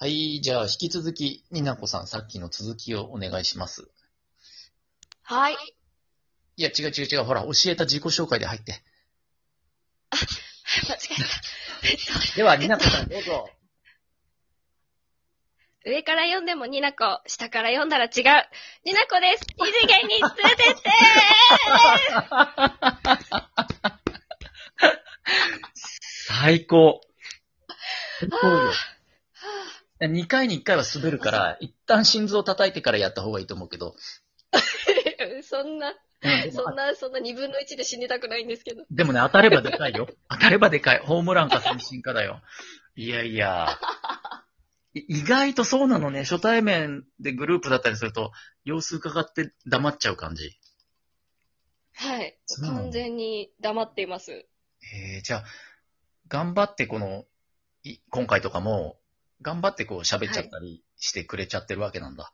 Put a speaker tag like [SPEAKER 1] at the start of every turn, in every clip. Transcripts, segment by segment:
[SPEAKER 1] はい、じゃあ引き続き、になこさん、さっきの続きをお願いします。
[SPEAKER 2] はい。
[SPEAKER 1] いや、違う違う違う、ほら、教えた自己紹介で入って。
[SPEAKER 2] 間違え
[SPEAKER 1] では、になこさん、どうぞ。
[SPEAKER 2] た。上から読んでもニナコ、下から読んだら違う。ニナコです。異次元に連れてって
[SPEAKER 1] 最高。最高よ。2回に1回は滑るから、一旦心臓叩いてからやった方がいいと思うけど。
[SPEAKER 2] ー そんな、
[SPEAKER 1] うん、でも
[SPEAKER 2] そんな、そんな二分の一で死にたくないんですけど。
[SPEAKER 1] でもね、当たればでかいよ。 当たればでかい。ホームランか三振かだよ。いやいや。い意外とそうなのね。初対面でグループだったりすると、様子伺って黙っちゃう感じ。
[SPEAKER 2] はい。
[SPEAKER 1] そうなの
[SPEAKER 2] 完全に黙っています。
[SPEAKER 1] えー、じゃあ、頑張ってこの、い今回とかも、頑張ってこう喋っちゃったりしてくれちゃってるわけなんだ。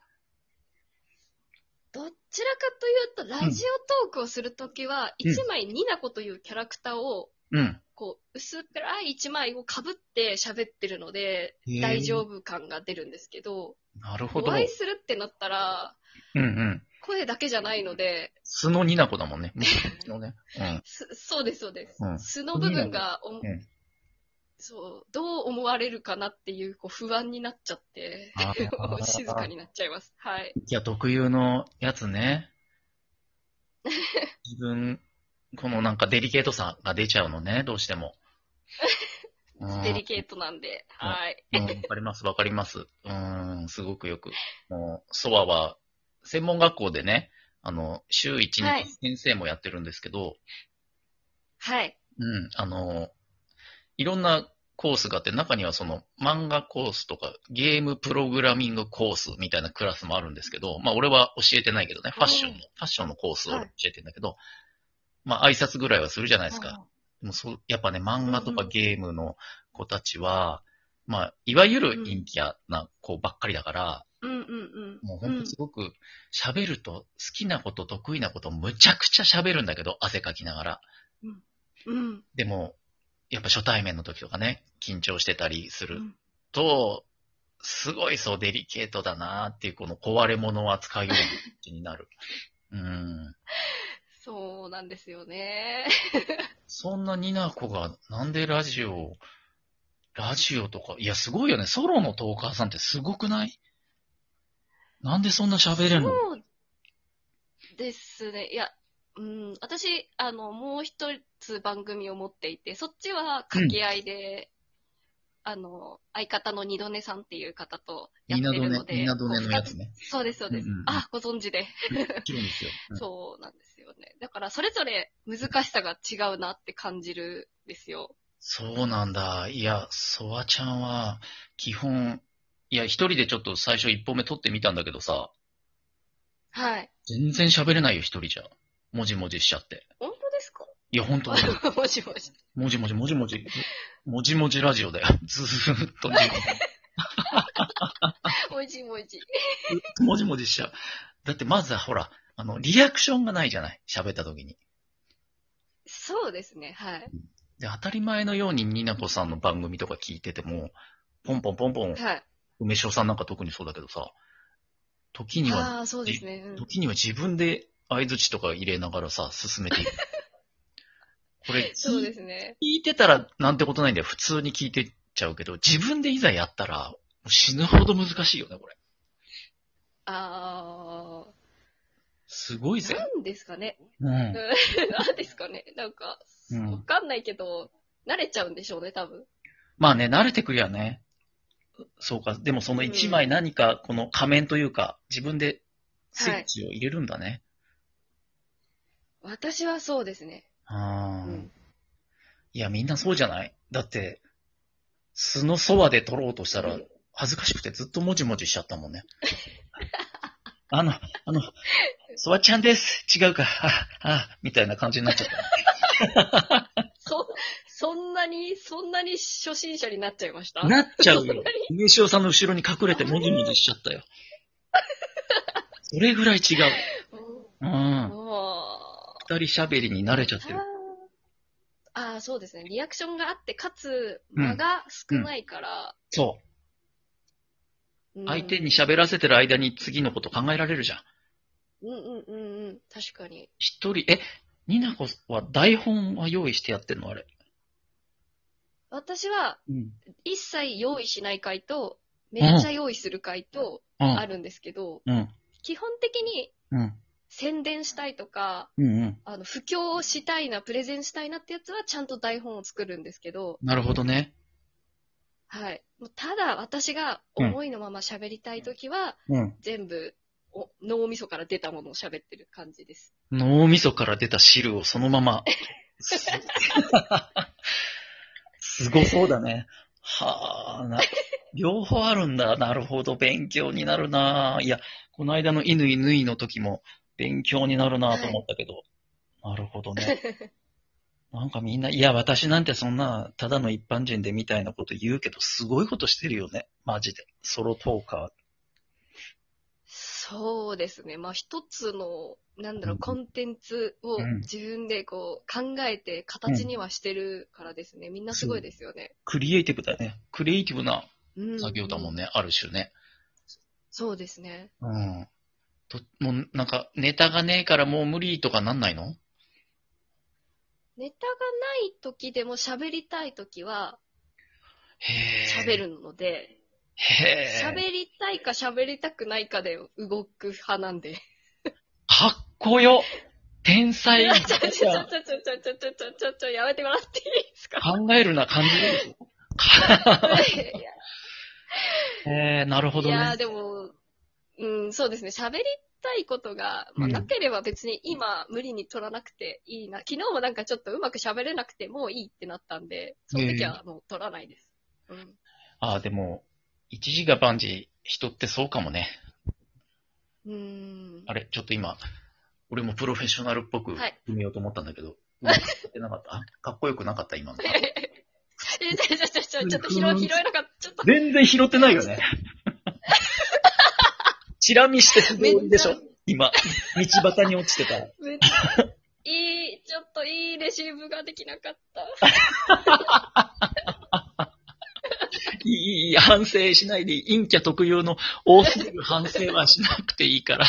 [SPEAKER 2] どちらかというと、ラジオトークをするときは、
[SPEAKER 1] うん
[SPEAKER 2] 一枚ニナコというキャラクターを、
[SPEAKER 1] うん。
[SPEAKER 2] こう、薄っぺらい一枚を被って喋ってるので、
[SPEAKER 1] へー
[SPEAKER 2] 大丈夫感が出るんですけど、
[SPEAKER 1] なるほ
[SPEAKER 2] お
[SPEAKER 1] ど。う
[SPEAKER 2] 会い
[SPEAKER 1] ん
[SPEAKER 2] するってなったら、
[SPEAKER 1] うん。
[SPEAKER 2] 声だけじゃないので、
[SPEAKER 1] 素のニナコだ もんね。昔のね。
[SPEAKER 2] すそうです、そうです。
[SPEAKER 1] うん。うん。
[SPEAKER 2] 素の部分がお、
[SPEAKER 1] ん
[SPEAKER 2] そう、どう思われるかなっていう、こう、不安になっちゃって、
[SPEAKER 1] あ ー
[SPEAKER 2] 静かになっちゃいます。はい。
[SPEAKER 1] いや、特有のやつね。自分、このなんかデリケートさが出ちゃうのね、どうしても。うん
[SPEAKER 2] デリケートなんで、
[SPEAKER 1] うん
[SPEAKER 2] はい。
[SPEAKER 1] うん、わかります、わかります。うん、すごくよく。もう、ソアは、専門学校でね、あの、週一
[SPEAKER 2] は
[SPEAKER 1] 日
[SPEAKER 2] い
[SPEAKER 1] 先生もやってるんですけど、
[SPEAKER 2] はい。
[SPEAKER 1] うん、あの、いろんなコースがあって、中にはその漫画コースとかゲームプログラミングコースみたいなクラスもあるんですけど、まあ俺は教えてないけどね、ファッションの、
[SPEAKER 2] うん
[SPEAKER 1] ファッションのコースを
[SPEAKER 2] はい
[SPEAKER 1] 教えてんだけど、まあ挨拶ぐらいはするじゃないですか。
[SPEAKER 2] あ
[SPEAKER 1] でもそうやっぱね、漫画と
[SPEAKER 2] うん
[SPEAKER 1] か
[SPEAKER 2] うん
[SPEAKER 1] ゲームの子たちは、まあ、いわゆる陰キャな子ばっかりだから、
[SPEAKER 2] ーうんうんうん。
[SPEAKER 1] もうほんとすごく喋ると好きなこと得意なことむちゃくちゃ喋るんだけど、汗かきながら。
[SPEAKER 2] うん。うん。
[SPEAKER 1] でも、やっぱ初対面の時とかね、緊張してたりす
[SPEAKER 2] う
[SPEAKER 1] る
[SPEAKER 2] ん
[SPEAKER 1] と、すごいそうデリケートだなっていう、この壊れ物を扱うような気に なる。うん。
[SPEAKER 2] そうなんですよね。
[SPEAKER 1] そんなニナコがなんでラジオ、ラジオとか、いや、すごいよね。ソロのトーカーさんってすごくないなんでそんな喋れるの
[SPEAKER 2] そうですね。いや、うん、私、あの、もう一つ番組を持っていて、そっちは掛け合いで、あの、相方の二度寝さんっていう方とやっ
[SPEAKER 1] ニ
[SPEAKER 2] て
[SPEAKER 1] ナド
[SPEAKER 2] る
[SPEAKER 1] ネ
[SPEAKER 2] の、で。
[SPEAKER 1] ニナドネのやつ
[SPEAKER 2] こ
[SPEAKER 1] ね
[SPEAKER 2] う。そうです、そうです。
[SPEAKER 1] うんうんうん
[SPEAKER 2] あ、ご存知で。
[SPEAKER 1] もちろんですよ。うん
[SPEAKER 2] そうなんですよね。だから、それぞれ難しさが違うなって感じるんですよ。
[SPEAKER 1] そうなんだ。いや、ソワちゃんは、基本、いや、一人でちょっと最初一本目撮ってみたんだけどさ、
[SPEAKER 2] はい。
[SPEAKER 1] 全然喋れないよ、一人じゃ。もじもじしちゃって。
[SPEAKER 2] 本当ですか
[SPEAKER 1] いや、ほんと、
[SPEAKER 2] もしもし。
[SPEAKER 1] もじもじもじもじ、もじもじラジオだよ。ずーっと、
[SPEAKER 2] もじもじ。
[SPEAKER 1] もじもじしちゃう。だって、まずはほら、あの、リアクションがないじゃない喋った時に。
[SPEAKER 2] そうですね、はい。
[SPEAKER 1] で、当たり前のように、ニナコさんの番組とか聞いてても、ポンポンポンポン、
[SPEAKER 2] はい。
[SPEAKER 1] 梅塩さんなんか特にそうだけどさ、時には
[SPEAKER 2] ああー、そうですね。うん
[SPEAKER 1] 時には自分で相槌とか入れながらさ、進め ていく。これ、
[SPEAKER 2] そう
[SPEAKER 1] 聞
[SPEAKER 2] ですね。
[SPEAKER 1] いてたらなんてことないんだよ。普通に聞いてっちゃうけど、自分でいざやったら、もう死ぬほど難しいよね、これ。
[SPEAKER 2] ああ、
[SPEAKER 1] すごいぜ。
[SPEAKER 2] なんですかね。
[SPEAKER 1] うん。
[SPEAKER 2] なんですかね。なんか
[SPEAKER 1] う、ん
[SPEAKER 2] わかんないけど、慣れちゃうんでしょうね、多分。
[SPEAKER 1] まあね、慣れてくりゃね。そうか。でもその一枚何か、この仮面というか、自分でスイッチを入れるんだね。
[SPEAKER 2] 私はそうですね。
[SPEAKER 1] あ
[SPEAKER 2] う
[SPEAKER 1] あ、
[SPEAKER 2] ん。
[SPEAKER 1] いや、みんなそうじゃないだって、素のそばで撮ろうとしたら
[SPEAKER 2] うん、
[SPEAKER 1] 恥ずかしくてずっともじもじしちゃったもんね。 あの、あの、そばちゃんです。違うか。あ、あ、みたいな感じになっちゃった。
[SPEAKER 2] そ、そんなに、そんなに初心者になっちゃいました
[SPEAKER 1] なっちゃう
[SPEAKER 2] そんな
[SPEAKER 1] よ
[SPEAKER 2] に。
[SPEAKER 1] 梅塩さんの後ろに隠れてもじもじしちゃったよ。それぐらい違う。う
[SPEAKER 2] うん
[SPEAKER 1] ん。
[SPEAKER 2] も
[SPEAKER 1] 二人喋りに慣れちゃって
[SPEAKER 2] う
[SPEAKER 1] る。
[SPEAKER 2] ああ、そうですね。リアクションがあって、かつ、間が少ないから、
[SPEAKER 1] そ
[SPEAKER 2] うん
[SPEAKER 1] 相手に喋らせてる間に次のこと考えられるじゃん。
[SPEAKER 2] うんうんうんうん。確かに。
[SPEAKER 1] 一人、え、ニナコは台本は用意してやってんのあれ。
[SPEAKER 2] 私は、
[SPEAKER 1] うん。
[SPEAKER 2] 一切用意しない回と、めっちゃ用意する回と、
[SPEAKER 1] う
[SPEAKER 2] あ
[SPEAKER 1] ん。
[SPEAKER 2] るんですけど、
[SPEAKER 1] うん。
[SPEAKER 2] 基本的に
[SPEAKER 1] うん。
[SPEAKER 2] 宣伝したいとか、
[SPEAKER 1] うん。うん。
[SPEAKER 2] あの、布教したいな、プレゼンしたいなってやつはちゃんと台本を作るんですけど、
[SPEAKER 1] なるほどね。
[SPEAKER 2] はい。もうただ、私が思いのまま喋りたいときは、
[SPEAKER 1] うん。
[SPEAKER 2] 全部お、脳みそから出たものを喋ってる感じです。
[SPEAKER 1] 脳みそから出た汁をそのまま。すすごそうだね。はあ、な、両方あるんだ。なるほど。勉強になるな。いや、この間の犬犬いの時も勉強になるなと思ったけど。なるほどね。なんかみんな、いや、私なんてそんな、ただの一般人でみたいなこと言うけど、すごいことしてるよね。マジで。ソロトーカ
[SPEAKER 2] そうですね。まあ、一つの、なんだろ
[SPEAKER 1] うん
[SPEAKER 2] う、コンテンツを
[SPEAKER 1] うん
[SPEAKER 2] 自分でこう、考えて形にはしてるからですね。みんなすごいですよね
[SPEAKER 1] ー。。クリエイティブだね。クリエイティブな
[SPEAKER 2] うん
[SPEAKER 1] 作業だもん。ね。ある種ね。
[SPEAKER 2] そうですね。
[SPEAKER 1] うん。と、もうなんか、ネタがねえからもう無理とかなんないの
[SPEAKER 2] ネタがない時でも喋りたい時は
[SPEAKER 1] へえ。
[SPEAKER 2] 喋。るので、
[SPEAKER 1] へえ。
[SPEAKER 2] 喋りたいか喋りたくないかで動く派なんで。
[SPEAKER 1] かっこよ。天才
[SPEAKER 2] ちょちょちょちょちょちょちょちょちょちょちょやめてもらっていいですか
[SPEAKER 1] 考えるな感じる へえ、なるほど
[SPEAKER 2] いやー
[SPEAKER 1] ね。
[SPEAKER 2] でも、うん、そうですね、喋りたいことが、ま
[SPEAKER 1] う
[SPEAKER 2] あ
[SPEAKER 1] ん
[SPEAKER 2] なければ別に今、無理に取らなくていいな、昨日もなんかちょっとうまく喋れなくてもういいってなったんで、その時はもう取らないです。うん、
[SPEAKER 1] ああ、でも、一時が万事、人ってそうかもね。
[SPEAKER 2] うーん
[SPEAKER 1] あれ、ちょっと今、俺もプロフェッショナルっぽく
[SPEAKER 2] はい
[SPEAKER 1] 決めようと思ったんだけど、うまくやってなかったあかっこよくなかった今の。
[SPEAKER 2] えちょちょちょちょちょっと拾え拾えなかった、ちょっと。
[SPEAKER 1] 全然拾ってないよ ね。チラ見してすごいでしょ今、道端に落ちてた。
[SPEAKER 2] めっちゃいい、ちょっといいレシーブができなかった。
[SPEAKER 1] いい、いい、反省しないでいい。陰キャ特有の多すぎる反省はしなくていいから。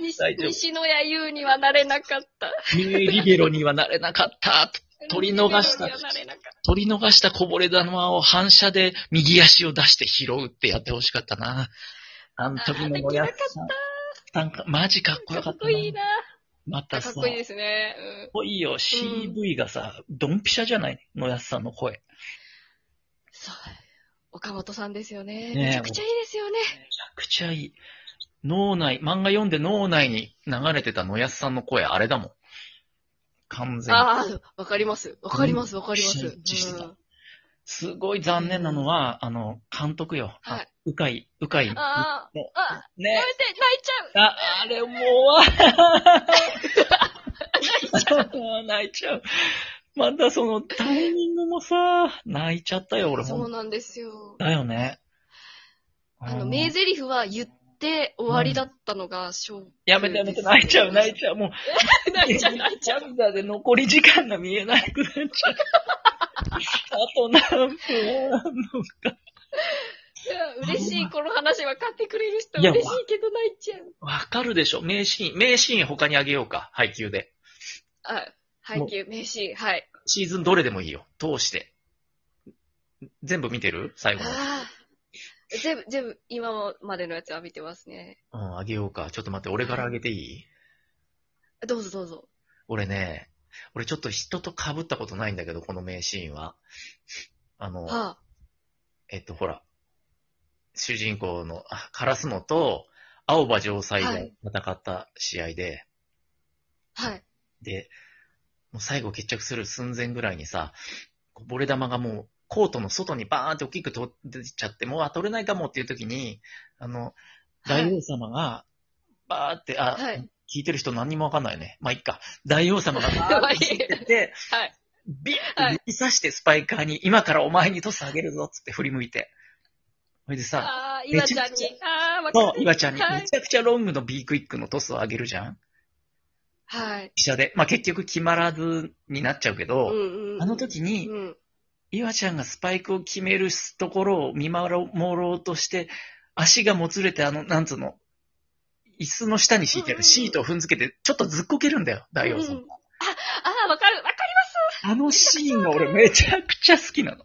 [SPEAKER 2] 西
[SPEAKER 1] 大丈夫
[SPEAKER 2] 西野谷優にはなれなかった。
[SPEAKER 1] ニューリベロにはなれなかった。取り逃した
[SPEAKER 2] 西野にはなれなかった。
[SPEAKER 1] 取り逃したこぼれ球を反射で右足を出して拾うってやってほしかったな。あの時のもや
[SPEAKER 2] できな
[SPEAKER 1] さん。なんか、マジかっこよか
[SPEAKER 2] か
[SPEAKER 1] っ
[SPEAKER 2] ったこ
[SPEAKER 1] な。
[SPEAKER 2] いいな。
[SPEAKER 1] ま
[SPEAKER 2] か
[SPEAKER 1] たさ、
[SPEAKER 2] っこいいですね。うん
[SPEAKER 1] かっこいいよ。CV がさ、ドンピシャじゃないのやすさんの声。
[SPEAKER 2] そう。岡本さんですよね。
[SPEAKER 1] ねえ
[SPEAKER 2] めちゃくちゃいいですよね。
[SPEAKER 1] めちゃくちゃいい。脳内、漫画読んで脳内に流れてた野安さんの声、あれだもん。完全に。
[SPEAKER 2] ああ、わかります。わかります、わかります。
[SPEAKER 1] うん一致してた
[SPEAKER 2] うん
[SPEAKER 1] すごい残念なのは、あの、監督よ。あ
[SPEAKER 2] はい。
[SPEAKER 1] うかい、うかい。
[SPEAKER 2] あ
[SPEAKER 1] も
[SPEAKER 2] あ、あ、や
[SPEAKER 1] ね。
[SPEAKER 2] めて、泣いちゃう。
[SPEAKER 1] あ、あれもう、わ泣いちゃう。 またそのタイミングもさ、泣いちゃったよ、俺
[SPEAKER 2] そう
[SPEAKER 1] も。
[SPEAKER 2] なんですよ。
[SPEAKER 1] だよね。
[SPEAKER 2] あの、
[SPEAKER 1] うん
[SPEAKER 2] 名台詞は言って終わりだったのが、ショック
[SPEAKER 1] やめてやめて、泣いちゃう、泣いちゃう。もう、
[SPEAKER 2] ゃう。泣いちゃう、泣いちゃう。
[SPEAKER 1] 涙で残り時間が見えなくなっちゃう。あと何分あんのか。
[SPEAKER 2] いや嬉しい、この話分かってくれる人
[SPEAKER 1] いや
[SPEAKER 2] 嬉しいけど泣いちゃう。
[SPEAKER 1] わかるでしょ名シーン、名シーン他にあげようか、配給で。
[SPEAKER 2] あ、配給、名シーン、はい。
[SPEAKER 1] シーズンどれでもいいよ、通して。全部見てる最後の。
[SPEAKER 2] ああ。全部、全部、今までのやつは見てますね。
[SPEAKER 1] うん、あげようか。ちょっと待って、俺からあげていい
[SPEAKER 2] どうぞどうぞ。
[SPEAKER 1] 俺ね、俺ちょっと人と被ったことないんだけど、この名シーンは。あの、
[SPEAKER 2] は
[SPEAKER 1] えっと、ほら、主人公の、あカラスノと、青葉城西が戦った試合で、
[SPEAKER 2] あ、はい。
[SPEAKER 1] で、もう最後決着する寸前ぐらいにさ、こぼれ玉がもうコートの外にバーンって大きく取ってちゃって、もうあ取れないかもっていう時に、あの、
[SPEAKER 2] はい
[SPEAKER 1] 大王様が、バーって、あ、
[SPEAKER 2] はい
[SPEAKER 1] 聞いてる人何にもわかんないよね。まあ、いっか。大王様がバーって走ってって、
[SPEAKER 2] はい。
[SPEAKER 1] ビッて指さしてスパイカーに、今からお前にトスあげるぞっつって振り向いて。それでさ、
[SPEAKER 2] ああ、岩ちゃん
[SPEAKER 1] めちゃく
[SPEAKER 2] に。ああ、わか
[SPEAKER 1] そ
[SPEAKER 2] る。
[SPEAKER 1] う、岩ちゃんに
[SPEAKER 2] はい
[SPEAKER 1] めちゃくちゃロングの B クイックのトスをあげるじゃん
[SPEAKER 2] はい。
[SPEAKER 1] 飛車で。まあ、結局決まらずになっちゃうけど、
[SPEAKER 2] うんうん。
[SPEAKER 1] あの時に、
[SPEAKER 2] うん。
[SPEAKER 1] 岩ちゃんがスパイクを決めるところを見守ろうとして、足がもつれて、あの、なんつうの、椅子の下に敷いてあ
[SPEAKER 2] うんうんう
[SPEAKER 1] る
[SPEAKER 2] ん
[SPEAKER 1] シートを踏んづけて、ちょっとずっこけるんだよ、ダイオウさん。
[SPEAKER 2] うんああ、わかる、わか
[SPEAKER 1] あのシーンが俺めちゃくちゃ好きなの。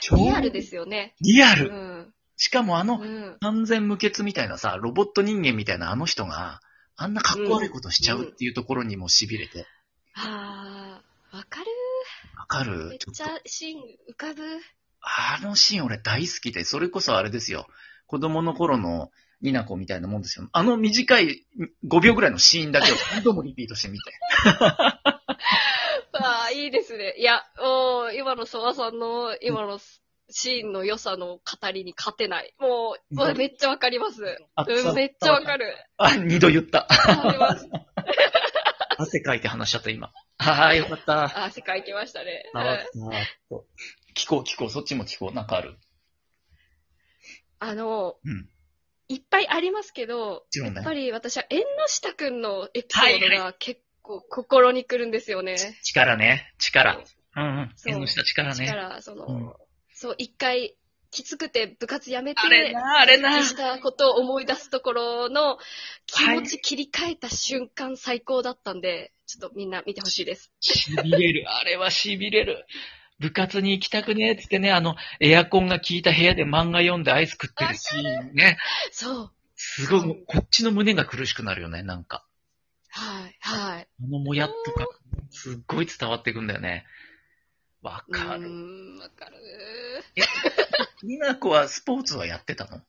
[SPEAKER 1] 超
[SPEAKER 2] る。リアルですよね。
[SPEAKER 1] リア
[SPEAKER 2] う
[SPEAKER 1] ル。
[SPEAKER 2] ん。
[SPEAKER 1] しかもあの
[SPEAKER 2] う、ん。
[SPEAKER 1] 完全無欠みたいなさ、ロボット人間みたいなあの人が、あんなかっこ悪いことしちゃうっていうところにも痺れて。
[SPEAKER 2] ああ、わかる。
[SPEAKER 1] わか
[SPEAKER 2] め
[SPEAKER 1] る
[SPEAKER 2] っ
[SPEAKER 1] ちょっ
[SPEAKER 2] ち
[SPEAKER 1] と
[SPEAKER 2] ゃシーン浮かぶ。
[SPEAKER 1] あのシーン俺大好きで、それこそあれですよ。子供の頃のニナコみたいなもんですよ。あの短い5秒ぐらいのシーンだけを何度もリピートしてみて。
[SPEAKER 2] ああ、いいですね。いや、もう、今の諏訪さんの、今のシーンの良さの語りに勝てない。もう、
[SPEAKER 1] うん
[SPEAKER 2] めっちゃわかります。
[SPEAKER 1] あ
[SPEAKER 2] うん、めっちゃわかる。
[SPEAKER 1] あ、二度言った。
[SPEAKER 2] わかります。
[SPEAKER 1] 汗かいて話しちゃった今。ああ、よかった。
[SPEAKER 2] ああ、世界行きましたね。
[SPEAKER 1] あーっと聞こう聞こう、そっちも聞こう。なんかある。
[SPEAKER 2] あの、
[SPEAKER 1] うん。も
[SPEAKER 2] いっぱいありますけど、
[SPEAKER 1] ちろんね
[SPEAKER 2] やっ。ぱり私は縁の下くんのエピソード
[SPEAKER 1] はい
[SPEAKER 2] が結構心に来るんですよね。
[SPEAKER 1] 力ね。力。うんうん。
[SPEAKER 2] そう
[SPEAKER 1] 縁の下力
[SPEAKER 2] だか
[SPEAKER 1] ね。
[SPEAKER 2] ら、その、
[SPEAKER 1] うん
[SPEAKER 2] そう、一回、きつくて部活やめて、
[SPEAKER 1] あれな、あれな。
[SPEAKER 2] したことを思い出すところの気持ち切り替えた瞬間最高だったんで、ちょっとみんな見てほしいです。
[SPEAKER 1] 痺れる。 あれは痺れる。部活に行きたくねえっつってね、あの、エアコンが効いた部屋で漫画読んでアイス食ってるシーンね。
[SPEAKER 2] そう。
[SPEAKER 1] すごい、こっちの胸が苦しくなるよね、なんか。
[SPEAKER 2] はい。はい。
[SPEAKER 1] あのもやっとか、すっごい伝わってくんだよね。わ
[SPEAKER 2] う
[SPEAKER 1] かる。
[SPEAKER 2] ーん、わかる。
[SPEAKER 1] みなこはスポーツはやってたの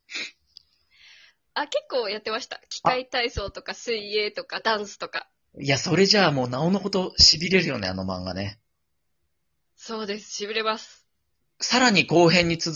[SPEAKER 2] あ、結構やってました。機械体操とか水泳とかダンスとか。
[SPEAKER 1] いや、それじゃあもうなおのこと痺れるよね、あの漫画ね。
[SPEAKER 2] そうです。痺れます。
[SPEAKER 1] さらに後編に続